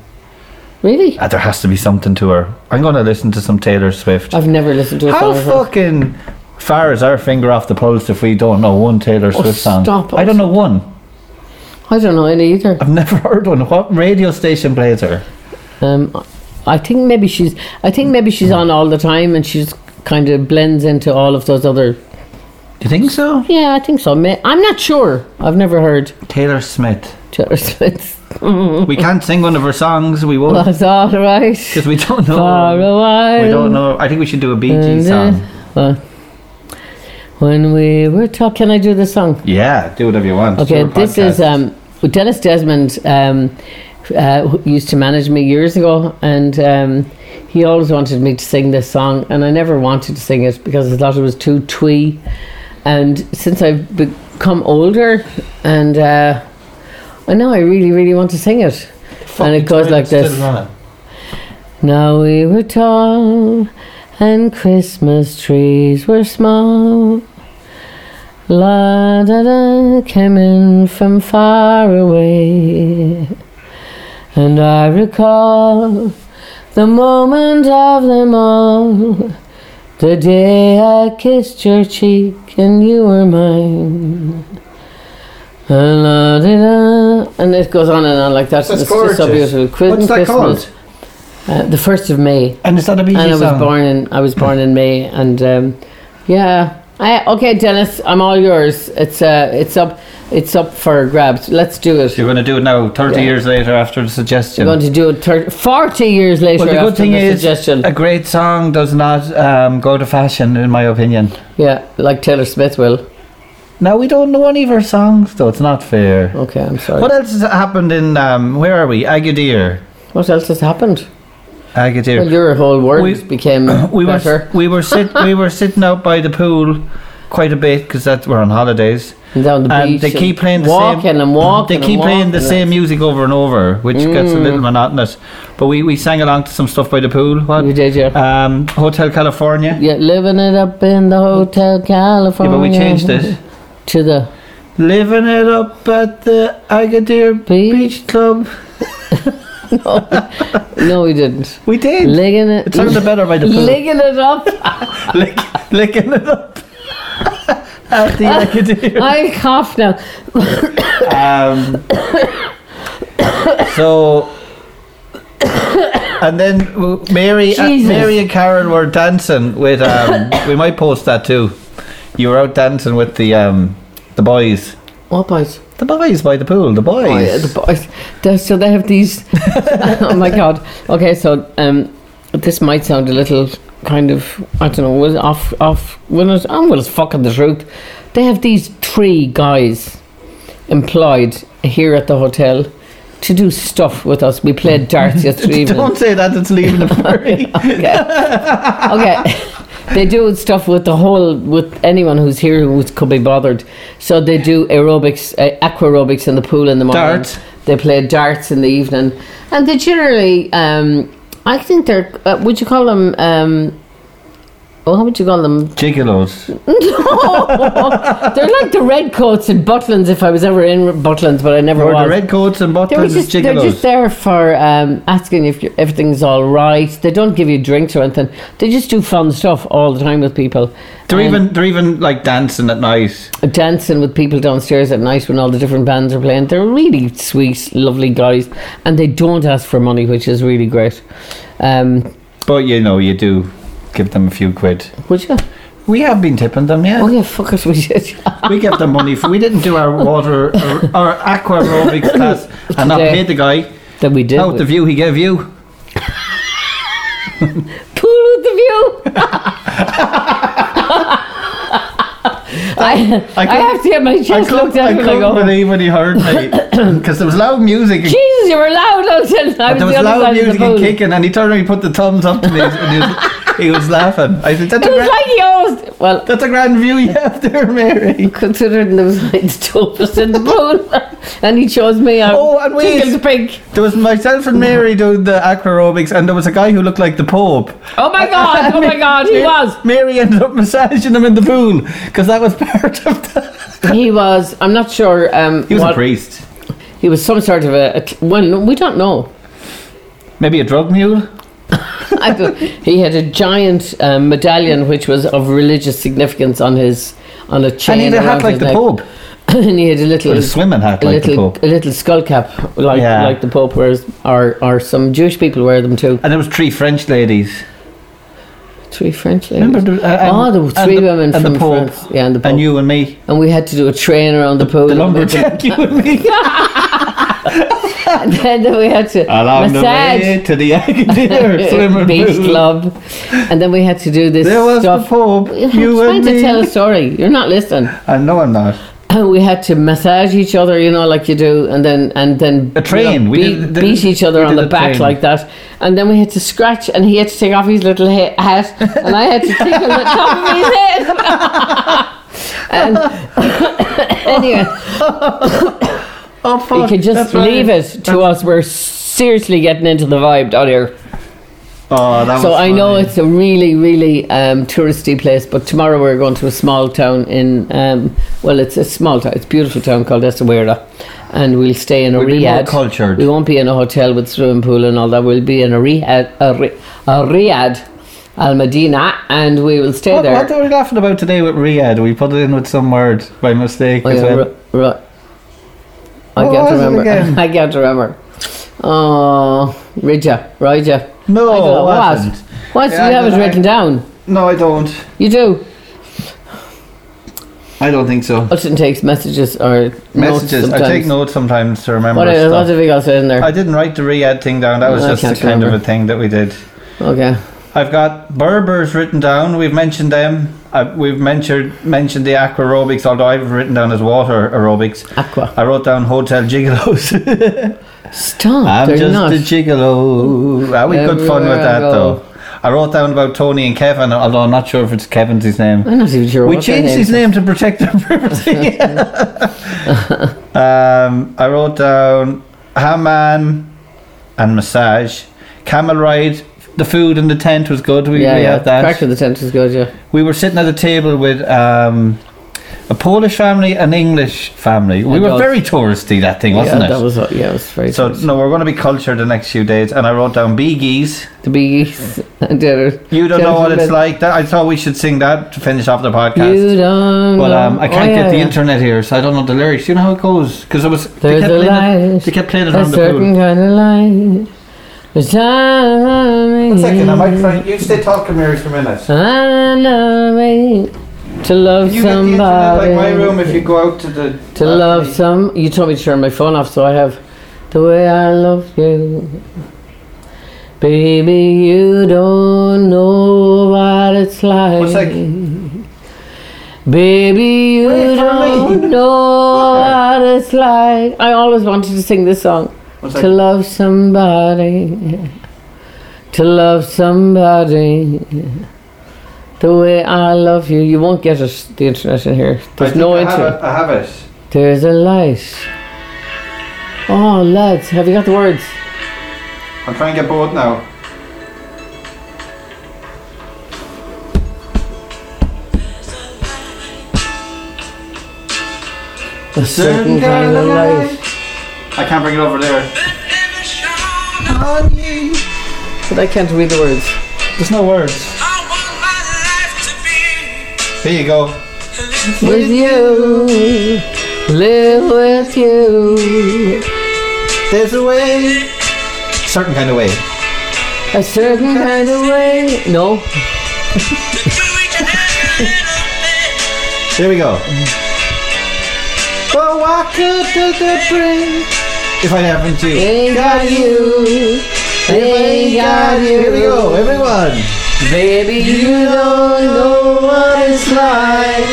[SPEAKER 2] Really?
[SPEAKER 1] Ah, there has to be something to her. I'm going to listen to some Taylor Swift.
[SPEAKER 2] I've never listened to a
[SPEAKER 1] How
[SPEAKER 2] song of hers.
[SPEAKER 1] fucking far is our finger off the pulse if we don't know one Taylor
[SPEAKER 2] Oh,
[SPEAKER 1] Swift song?
[SPEAKER 2] stop
[SPEAKER 1] I
[SPEAKER 2] it.
[SPEAKER 1] don't know one.
[SPEAKER 2] I don't know any either.
[SPEAKER 1] I've never <laughs> heard one. What radio station plays her?
[SPEAKER 2] Um, I think maybe she's. I think maybe she's on all the time, and she's kind of blends into all of those other.
[SPEAKER 1] Do you think so?
[SPEAKER 2] Yeah, I think so. May, I'm not sure. I've never heard
[SPEAKER 1] Taylor Smith.
[SPEAKER 2] Taylor Swift.
[SPEAKER 1] we can't sing one of her songs. We won't
[SPEAKER 2] That's all right.
[SPEAKER 1] because we don't know.
[SPEAKER 2] Far away.
[SPEAKER 1] We don't know. I think we should do a Bee
[SPEAKER 2] uh,
[SPEAKER 1] Gees song.
[SPEAKER 2] when we were talking, can I do the song?
[SPEAKER 1] Yeah, do whatever you want.
[SPEAKER 2] Okay,
[SPEAKER 1] It's your
[SPEAKER 2] this is
[SPEAKER 1] podcast.
[SPEAKER 2] um, Dennis Desmond um, uh, who used to manage me years ago, and um, he always wanted me to sing this song, and I never wanted to sing it because I thought it was too twee. And since I've become older, and uh, I know I really, really want to sing it, and it goes like this. Now we were tall and Christmas trees were small. La da da came in from far away. And I recall the moment of them all. The day I kissed your cheek and you were mine. And, la, da, da, and it goes on and on like that.
[SPEAKER 1] That's
[SPEAKER 2] it's just
[SPEAKER 1] gorgeous.
[SPEAKER 2] so beautiful. Christ-
[SPEAKER 1] What's that
[SPEAKER 2] Christmas.
[SPEAKER 1] called?
[SPEAKER 2] Uh, the first of May,
[SPEAKER 1] And is that a Bee
[SPEAKER 2] and I
[SPEAKER 1] Gees
[SPEAKER 2] was
[SPEAKER 1] song?
[SPEAKER 2] born in I was born in May, and um, yeah, I okay, Dennis, I'm all yours. It's uh, it's up, it's up for grabs. Let's do it.
[SPEAKER 1] You're going to do it now, 30
[SPEAKER 2] Yeah.
[SPEAKER 1] years later after the suggestion.
[SPEAKER 2] We're going to do it thir- 40 years later.
[SPEAKER 1] Well, the good
[SPEAKER 2] after
[SPEAKER 1] thing
[SPEAKER 2] the
[SPEAKER 1] is, uh,
[SPEAKER 2] suggestion.
[SPEAKER 1] a great song does not um, go to fashion, in my opinion.
[SPEAKER 2] yeah, like Taylor Smith will.
[SPEAKER 1] Now we don't know any of her songs, though. It's not fair.
[SPEAKER 2] Okay, I'm sorry.
[SPEAKER 1] What
[SPEAKER 2] What,
[SPEAKER 1] else has happened in um, where are we? Agadir,
[SPEAKER 2] else has happened?
[SPEAKER 1] Agadir.
[SPEAKER 2] Well, your whole world
[SPEAKER 1] We-
[SPEAKER 2] became
[SPEAKER 1] <coughs> we
[SPEAKER 2] better.
[SPEAKER 1] were we were sit we were sitting out by the pool quite a bit because that we're on holidays.
[SPEAKER 2] and down the
[SPEAKER 1] and
[SPEAKER 2] beach.
[SPEAKER 1] they keep playing the
[SPEAKER 2] walking
[SPEAKER 1] same
[SPEAKER 2] and
[SPEAKER 1] <coughs>
[SPEAKER 2] walking.
[SPEAKER 1] they keep
[SPEAKER 2] and
[SPEAKER 1] playing the
[SPEAKER 2] walking. Mm.
[SPEAKER 1] same music over and over which gets a little monotonous but we, we sang along to some stuff by the pool what
[SPEAKER 2] We did, yeah.
[SPEAKER 1] um, Hotel California yeah,
[SPEAKER 2] yeah, living it up in the Hotel California.
[SPEAKER 1] but we changed it
[SPEAKER 2] To the
[SPEAKER 1] living it up at the Agadir
[SPEAKER 2] Beach.
[SPEAKER 1] Beach, Club
[SPEAKER 2] No, we didn't.
[SPEAKER 1] we did
[SPEAKER 2] Licking
[SPEAKER 1] it
[SPEAKER 2] it.
[SPEAKER 1] sounded better by the pool
[SPEAKER 2] Licking it up.
[SPEAKER 1] <laughs> Lick, licking it up <laughs> at
[SPEAKER 2] <laughs>
[SPEAKER 1] the Agadir
[SPEAKER 2] I cough now.
[SPEAKER 1] Um, so, and then w- Mary, uh,
[SPEAKER 2] Jesus.
[SPEAKER 1] Mary and Karen were dancing with. Um, we might post that too. You were out dancing with the um, the boys,
[SPEAKER 2] What Oh, boys?
[SPEAKER 1] the boys by the pool, the boys.
[SPEAKER 2] Oh, yeah, the boys. They- so they have these. oh my god. Okay, so um, this might sound a little kind of I don't know. Was off off. Well, it's, I'm well, it's fucking the truth. They have these three guys employed here at the hotel to do stuff with us. We played darts yesterday evening.
[SPEAKER 1] Don't say that. It's leaving the party. <laughs>
[SPEAKER 2] okay. They do stuff with the whole with anyone who's here who could be bothered. So they do aerobics, uh, aquarobics in the pool in the morning.
[SPEAKER 1] Darts.
[SPEAKER 2] They play darts in the evening, and they generally, um, I think they're. Uh, would you call them? Um, Oh, how would you call them?
[SPEAKER 1] Gigolos.
[SPEAKER 2] They're like the red coats in Butlins. If I was ever in Butlins, but I never
[SPEAKER 1] Or
[SPEAKER 2] was.
[SPEAKER 1] the redcoats and
[SPEAKER 2] They were
[SPEAKER 1] butlers
[SPEAKER 2] just,
[SPEAKER 1] is
[SPEAKER 2] they're just
[SPEAKER 1] gigolos.
[SPEAKER 2] there for um, asking if you- everything's all right. They don't give you drinks or anything. They just do fun stuff all the time with people.
[SPEAKER 1] They're
[SPEAKER 2] Um,
[SPEAKER 1] even they're even like dancing at night.
[SPEAKER 2] dancing with people downstairs at night when all the different bands are playing. They're really sweet, lovely guys, and they don't ask for money, which is really great. Um,
[SPEAKER 1] But you know, you do give them a few quid.
[SPEAKER 2] would you?
[SPEAKER 1] We have been tipping them, yeah.
[SPEAKER 2] Oh yeah, fuck it, <laughs> we should.
[SPEAKER 1] We gave them money for we didn't do our water our, our aqua <coughs> aerobics class and I
[SPEAKER 2] Today.
[SPEAKER 1] paid the guy
[SPEAKER 2] that we did.
[SPEAKER 1] out the view he gave you.
[SPEAKER 2] pool with the view.
[SPEAKER 1] <laughs>
[SPEAKER 2] I, I,
[SPEAKER 1] I couldn't-
[SPEAKER 2] have to get my
[SPEAKER 1] I
[SPEAKER 2] chest
[SPEAKER 1] couldn't,
[SPEAKER 2] looked at
[SPEAKER 1] I
[SPEAKER 2] when I
[SPEAKER 1] couldn't
[SPEAKER 2] go. home.
[SPEAKER 1] believe when he heard me
[SPEAKER 2] <coughs>
[SPEAKER 1] because there was loud music. and-
[SPEAKER 2] Jesus, you were loud. I was, I was
[SPEAKER 1] There was
[SPEAKER 2] the other
[SPEAKER 1] loud
[SPEAKER 2] side of
[SPEAKER 1] music
[SPEAKER 2] the pool.
[SPEAKER 1] and kicking, and he turned around and he put the thumbs up to me, and he was, he was laughing. I said, that's a,
[SPEAKER 2] It was
[SPEAKER 1] grand,
[SPEAKER 2] like he always. Well,
[SPEAKER 1] that's a grand view you have there, Mary.
[SPEAKER 2] considering there was like two of us in the pool, <laughs> and he chose me um, out.
[SPEAKER 1] Oh, and we-
[SPEAKER 2] Tickle the pig.
[SPEAKER 1] There was myself and Mary doing the aqua aerobics, and there was a guy who looked like the Pope. <laughs>
[SPEAKER 2] Oh my god! Oh my god! He was.
[SPEAKER 1] Mary ended up massaging him in the pool because that was <laughs> part of the.
[SPEAKER 2] He was. I'm not sure. Um,
[SPEAKER 1] He was
[SPEAKER 2] what-
[SPEAKER 1] a priest.
[SPEAKER 2] He was some sort of a. a cl- well, no, we don't know.
[SPEAKER 1] Maybe a drug mule?
[SPEAKER 2] I don't- <laughs> he had a giant um, medallion which was of religious significance on his on a
[SPEAKER 1] And
[SPEAKER 2] chain.
[SPEAKER 1] he had a
[SPEAKER 2] around
[SPEAKER 1] hat like
[SPEAKER 2] his
[SPEAKER 1] the
[SPEAKER 2] neck.
[SPEAKER 1] Pope.
[SPEAKER 2] <laughs> and he had a little
[SPEAKER 1] With a swimming hat
[SPEAKER 2] a
[SPEAKER 1] like the
[SPEAKER 2] little
[SPEAKER 1] Pope.
[SPEAKER 2] a little skull cap like
[SPEAKER 1] Yeah.
[SPEAKER 2] like the Pope wears, or or some Jewish people wear them too.
[SPEAKER 1] And there was three French ladies.
[SPEAKER 2] Three French ladies.
[SPEAKER 1] Remember? The, uh, and-
[SPEAKER 2] oh, there were
[SPEAKER 1] and
[SPEAKER 2] three
[SPEAKER 1] the-
[SPEAKER 2] women
[SPEAKER 1] and
[SPEAKER 2] from
[SPEAKER 1] the Pope.
[SPEAKER 2] France. Yeah, and the Pope.
[SPEAKER 1] And you and me.
[SPEAKER 2] And we had to do a train around the, pool.
[SPEAKER 1] The
[SPEAKER 2] and <laughs> we-
[SPEAKER 1] lumberjack, you and me.
[SPEAKER 2] <laughs> And then we had to
[SPEAKER 1] Along the
[SPEAKER 2] massage.
[SPEAKER 1] way to the
[SPEAKER 2] <laughs>
[SPEAKER 1] Agadir swimming
[SPEAKER 2] beach
[SPEAKER 1] pool.
[SPEAKER 2] club, and then we had to do this
[SPEAKER 1] There was
[SPEAKER 2] stuff.
[SPEAKER 1] the Pope.
[SPEAKER 2] I'm
[SPEAKER 1] You
[SPEAKER 2] trying
[SPEAKER 1] and
[SPEAKER 2] to
[SPEAKER 1] me.
[SPEAKER 2] tell a story. You're not listening.
[SPEAKER 1] I know I'm not.
[SPEAKER 2] <laughs> We had to massage each other, you know, like you do, and then and then
[SPEAKER 1] A train.
[SPEAKER 2] you know,
[SPEAKER 1] We
[SPEAKER 2] beat,
[SPEAKER 1] did the-
[SPEAKER 2] beat each other
[SPEAKER 1] we
[SPEAKER 2] on
[SPEAKER 1] did the
[SPEAKER 2] the back
[SPEAKER 1] train.
[SPEAKER 2] like that, and then we had to scratch, and he had to take off his little ha- hat, and
[SPEAKER 1] <laughs>
[SPEAKER 2] I had to tickle the top of his head. and <laughs> anyway,
[SPEAKER 1] Oh, fuck.
[SPEAKER 2] you could just
[SPEAKER 1] that's right.
[SPEAKER 2] leave it to us. We're seriously getting into the vibe down here.
[SPEAKER 1] Oh, that
[SPEAKER 2] So
[SPEAKER 1] was
[SPEAKER 2] I know
[SPEAKER 1] funny.
[SPEAKER 2] it's a really, really um, touristy place, but tomorrow we're going to a small town in, um, well, it's a small town, it's a beautiful town called Essaouira, and we'll stay in a
[SPEAKER 1] We'll be more
[SPEAKER 2] riad.
[SPEAKER 1] cultured.
[SPEAKER 2] We won't be in a hotel with swimming pool and all that. We'll be in a riad, a, ri- a riad, Al Medina, and we will stay
[SPEAKER 1] What,
[SPEAKER 2] there.
[SPEAKER 1] what are we laughing about today with Riyadh? We put it in with some word by mistake.
[SPEAKER 2] Oh,
[SPEAKER 1] as
[SPEAKER 2] yeah,
[SPEAKER 1] well.
[SPEAKER 2] ri- ri- I
[SPEAKER 1] What
[SPEAKER 2] can't
[SPEAKER 1] was it again?
[SPEAKER 2] remember. <laughs> I can't remember. Oh, Rija, Rija.
[SPEAKER 1] No,
[SPEAKER 2] I don't know
[SPEAKER 1] it
[SPEAKER 2] what.
[SPEAKER 1] wasn't.
[SPEAKER 2] What?
[SPEAKER 1] Yeah,
[SPEAKER 2] you
[SPEAKER 1] I
[SPEAKER 2] have it
[SPEAKER 1] don't- I-
[SPEAKER 2] written down.
[SPEAKER 1] No, I don't.
[SPEAKER 2] You do.
[SPEAKER 1] I don't think so.
[SPEAKER 2] Hudson takes messages or
[SPEAKER 1] Messages.
[SPEAKER 2] Notes
[SPEAKER 1] I take
[SPEAKER 2] sometimes.
[SPEAKER 1] notes sometimes to remember
[SPEAKER 2] What, are- what
[SPEAKER 1] stuff.
[SPEAKER 2] have we got in there?
[SPEAKER 1] I didn't write the Riyadh thing down. That was
[SPEAKER 2] No, I
[SPEAKER 1] just the
[SPEAKER 2] can't
[SPEAKER 1] kind of
[SPEAKER 2] remember.
[SPEAKER 1] a thing that we did.
[SPEAKER 2] okay.
[SPEAKER 1] I've got Berbers written down. We've mentioned them. i we've mentioned mentioned the aqua aerobics, although I've written down as water aerobics.
[SPEAKER 2] Aqua.
[SPEAKER 1] I wrote down hotel
[SPEAKER 2] <laughs>
[SPEAKER 1] gigolos.
[SPEAKER 2] Stop.
[SPEAKER 1] I'm
[SPEAKER 2] they're
[SPEAKER 1] just
[SPEAKER 2] not.
[SPEAKER 1] a gigolo. Are we good fun
[SPEAKER 2] Everywhere
[SPEAKER 1] with
[SPEAKER 2] I
[SPEAKER 1] that
[SPEAKER 2] go.
[SPEAKER 1] though? I wrote down about Tony and Kevin, although I'm not sure if it's Kevin's his name.
[SPEAKER 2] I'm not even sure.
[SPEAKER 1] We
[SPEAKER 2] what their
[SPEAKER 1] changed his
[SPEAKER 2] names
[SPEAKER 1] name to protect our privacy.
[SPEAKER 2] <laughs>
[SPEAKER 1] um, I wrote down Haman and massage, camel ride. The food in the tent was good.
[SPEAKER 2] are.
[SPEAKER 1] We,
[SPEAKER 2] Yeah,
[SPEAKER 1] we
[SPEAKER 2] yeah.
[SPEAKER 1] had that.
[SPEAKER 2] Crack of the tent is good. Yeah.
[SPEAKER 1] We were sitting at a table with um, a Polish family, an English family. We
[SPEAKER 2] And
[SPEAKER 1] were
[SPEAKER 2] us.
[SPEAKER 1] very touristy that thing, wasn't
[SPEAKER 2] yeah,
[SPEAKER 1] it?
[SPEAKER 2] That was what- yeah. It was very.
[SPEAKER 1] so
[SPEAKER 2] nice.
[SPEAKER 1] no, we're going to be cultured the next few days. And I wrote down Bee Gees.
[SPEAKER 2] the <laughs> biggies and the other.
[SPEAKER 1] You don't know what it's
[SPEAKER 2] gentlemen.
[SPEAKER 1] like. That, I thought we should sing that to finish off the podcast.
[SPEAKER 2] You don't.
[SPEAKER 1] But um,
[SPEAKER 2] know-
[SPEAKER 1] I can't
[SPEAKER 2] oh,
[SPEAKER 1] get
[SPEAKER 2] yeah,
[SPEAKER 1] the
[SPEAKER 2] yeah.
[SPEAKER 1] internet here, so I don't know the lyrics. You know how it goes because it was they
[SPEAKER 2] There's
[SPEAKER 1] kept,
[SPEAKER 2] a
[SPEAKER 1] playing it,
[SPEAKER 2] light,
[SPEAKER 1] they kept playing it
[SPEAKER 2] A
[SPEAKER 1] around the pool.
[SPEAKER 2] certain kind of light. There's time.
[SPEAKER 1] You stay talking, Mary, for a minute.
[SPEAKER 2] I love me to love somebody.
[SPEAKER 1] if you go out to the
[SPEAKER 2] To love some. You told me to turn my phone off, so I have the way I love you. Baby, you don't know what it's like.
[SPEAKER 1] One sec.
[SPEAKER 2] Baby, you
[SPEAKER 1] Wait for
[SPEAKER 2] don't
[SPEAKER 1] me.
[SPEAKER 2] <laughs> know what it's like. I always wanted to sing this song.
[SPEAKER 1] One
[SPEAKER 2] To
[SPEAKER 1] sec.
[SPEAKER 2] love somebody. To love somebody. The way I love you. You won't get it, the internet in here. There's no internet.
[SPEAKER 1] I have it.
[SPEAKER 2] There's a light. Oh, lads, have you got the words?
[SPEAKER 1] I'm trying to get bored now. a certain kind of life. I can't bring it over there.
[SPEAKER 2] But I can't read the words.
[SPEAKER 1] There's no words. Here you go.
[SPEAKER 2] With you, live with you,
[SPEAKER 1] There's a way. Certain kind of way.
[SPEAKER 2] a certain kind of way. No,
[SPEAKER 1] Here we go. But what good did they bring? If I haven't you.
[SPEAKER 2] they got you, they got you.
[SPEAKER 1] Here we go, everyone.
[SPEAKER 2] Baby, you don't know what it's like.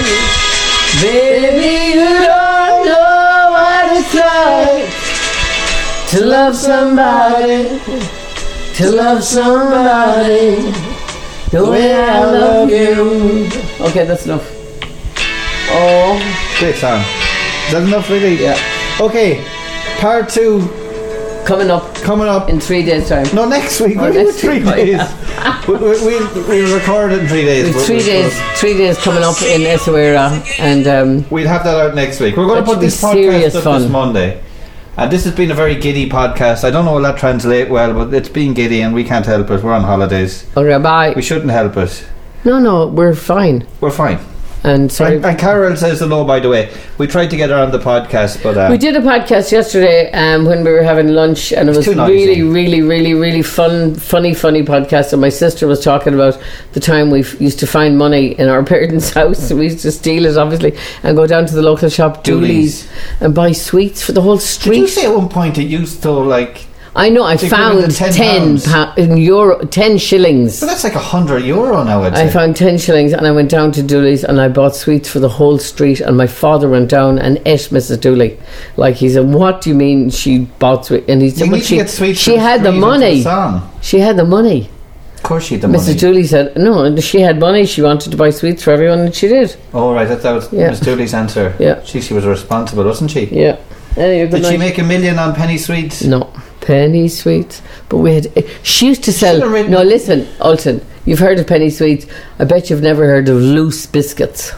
[SPEAKER 2] Baby, you don't know what it's like to love somebody, to love somebody the way I love you. Okay, that's enough. Oh,
[SPEAKER 1] Great song. Is that enough really? Yeah. Okay, part two
[SPEAKER 2] coming up
[SPEAKER 1] coming up.
[SPEAKER 2] in three days' time.
[SPEAKER 1] No, next week.
[SPEAKER 2] Oh,
[SPEAKER 1] we do
[SPEAKER 2] next
[SPEAKER 1] three
[SPEAKER 2] week, oh,
[SPEAKER 1] days.
[SPEAKER 2] <laughs>
[SPEAKER 1] we, we, we, we record it in three days. but
[SPEAKER 2] Three
[SPEAKER 1] we'll-
[SPEAKER 2] days, three days coming up in Essaouira, and um,
[SPEAKER 1] We'll have that out next week. We're going
[SPEAKER 2] That
[SPEAKER 1] to
[SPEAKER 2] should
[SPEAKER 1] put
[SPEAKER 2] be
[SPEAKER 1] this
[SPEAKER 2] serious
[SPEAKER 1] podcast up
[SPEAKER 2] fun.
[SPEAKER 1] this Monday. And this has been a very giddy podcast. I don't know will that translate well, but it's been giddy and we can't help it. We're on holidays.
[SPEAKER 2] all right,
[SPEAKER 1] We
[SPEAKER 2] bye.
[SPEAKER 1] shouldn't help it.
[SPEAKER 2] No, no, we're fine.
[SPEAKER 1] We're fine.
[SPEAKER 2] And sorry.
[SPEAKER 1] And, and Carol says hello, by the way. We tried to get her on the podcast, but uh,
[SPEAKER 2] We did a podcast yesterday um, when we were having lunch, and it was
[SPEAKER 1] too noisy.
[SPEAKER 2] really, really, really, really fun, funny, funny podcast. And my sister was talking about the time we f- used to find money in our <laughs> parents' house. We used to steal it, obviously, and go down to the local shop, Dooley's,
[SPEAKER 1] Dooley's.
[SPEAKER 2] and buy sweets for the whole
[SPEAKER 1] did
[SPEAKER 2] street.
[SPEAKER 1] you say at one point that you stole like.
[SPEAKER 2] I know. I
[SPEAKER 1] They
[SPEAKER 2] found
[SPEAKER 1] give them the
[SPEAKER 2] 10
[SPEAKER 1] £10
[SPEAKER 2] pa- in euro, 10 shillings.
[SPEAKER 1] But that's like a hundred euro
[SPEAKER 2] I
[SPEAKER 1] nowadays.
[SPEAKER 2] found 10 shillings and I went down to Dooley's and I bought sweets for the whole street. And my father went down and ate Mrs. Dooley. Like he said, What do you mean she bought sweets? And he said,
[SPEAKER 1] you
[SPEAKER 2] "Well,
[SPEAKER 1] need
[SPEAKER 2] she,
[SPEAKER 1] to get sweets
[SPEAKER 2] she
[SPEAKER 1] from
[SPEAKER 2] had the
[SPEAKER 1] street into
[SPEAKER 2] money.
[SPEAKER 1] song.
[SPEAKER 2] She had the money.
[SPEAKER 1] Of course, she had the
[SPEAKER 2] Mrs.
[SPEAKER 1] money.
[SPEAKER 2] Dooley said, No, and she had money. She wanted to buy sweets for everyone and she did.
[SPEAKER 1] oh, right, that, that was
[SPEAKER 2] Yeah.
[SPEAKER 1] Miss Dooley's answer.
[SPEAKER 2] Yeah.
[SPEAKER 1] She, she was responsible, wasn't she?
[SPEAKER 2] Yeah. Anyway, good
[SPEAKER 1] Did she
[SPEAKER 2] night.
[SPEAKER 1] make a million on penny sweets?
[SPEAKER 2] No, penny sweets. But we had. eh, She used to sell.
[SPEAKER 1] should've written-
[SPEAKER 2] No, listen, Alton. You've heard of penny sweets. I bet you've never heard of
[SPEAKER 1] <laughs>
[SPEAKER 2] loose biscuits.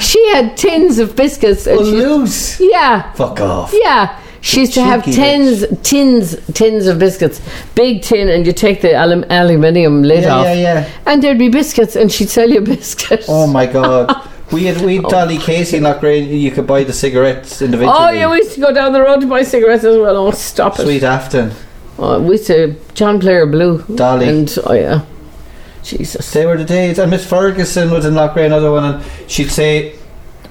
[SPEAKER 2] she had tins of biscuits. And
[SPEAKER 1] Well,
[SPEAKER 2] she,
[SPEAKER 1] loose.
[SPEAKER 2] yeah,
[SPEAKER 1] Fuck off.
[SPEAKER 2] yeah. She used to have
[SPEAKER 1] cheeky
[SPEAKER 2] tins, tins, tins of biscuits, big tin, and you take the alum, aluminium lid
[SPEAKER 1] Yeah,
[SPEAKER 2] off,
[SPEAKER 1] yeah, yeah.
[SPEAKER 2] and there'd be biscuits, and she'd sell you <laughs> biscuits.
[SPEAKER 1] Oh my
[SPEAKER 2] <laughs>
[SPEAKER 1] god. We had we had Dolly Casey in Lockgreen. You could buy the cigarettes individually.
[SPEAKER 2] Oh, yeah, we used to go down the road to buy cigarettes as well. Oh, stop it.
[SPEAKER 1] Sweet Afton.
[SPEAKER 2] Uh, with uh, John Player Blue.
[SPEAKER 1] Dolly.
[SPEAKER 2] And, oh yeah. Jesus.
[SPEAKER 1] They were the days. And Miss Ferguson was in Lockgreen, another one, and she'd say,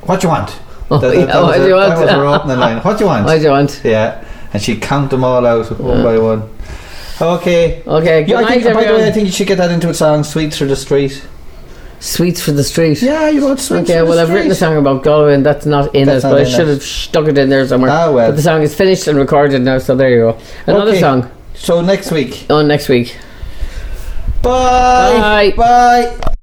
[SPEAKER 1] "What do you want?"
[SPEAKER 2] Oh,
[SPEAKER 1] That- that-
[SPEAKER 2] yeah,
[SPEAKER 1] that was
[SPEAKER 2] what do
[SPEAKER 1] her-
[SPEAKER 2] you
[SPEAKER 1] that was
[SPEAKER 2] want? <laughs>
[SPEAKER 1] her opening line. What do you want?
[SPEAKER 2] I don't.
[SPEAKER 1] Yeah, and she'd count them all out one by one. Okay.
[SPEAKER 2] Okay, good
[SPEAKER 1] Yeah, I
[SPEAKER 2] night,
[SPEAKER 1] think, by the way, I
[SPEAKER 2] everyone.
[SPEAKER 1] think you should get that into a song, "Sweets Through the Street."
[SPEAKER 2] Sweets for the street.
[SPEAKER 1] Yeah, you want sweets?
[SPEAKER 2] Okay,
[SPEAKER 1] through
[SPEAKER 2] well,
[SPEAKER 1] the
[SPEAKER 2] I've written a
[SPEAKER 1] street.
[SPEAKER 2] song about Galway, and that's not in
[SPEAKER 1] That's
[SPEAKER 2] it,
[SPEAKER 1] not
[SPEAKER 2] but I
[SPEAKER 1] in
[SPEAKER 2] should
[SPEAKER 1] it.
[SPEAKER 2] have stuck it in there somewhere.
[SPEAKER 1] Ah, well.
[SPEAKER 2] But the song is finished and recorded now, so there you go. Another
[SPEAKER 1] Okay.
[SPEAKER 2] song
[SPEAKER 1] So next week.
[SPEAKER 2] on next week.
[SPEAKER 1] Bye. Bye.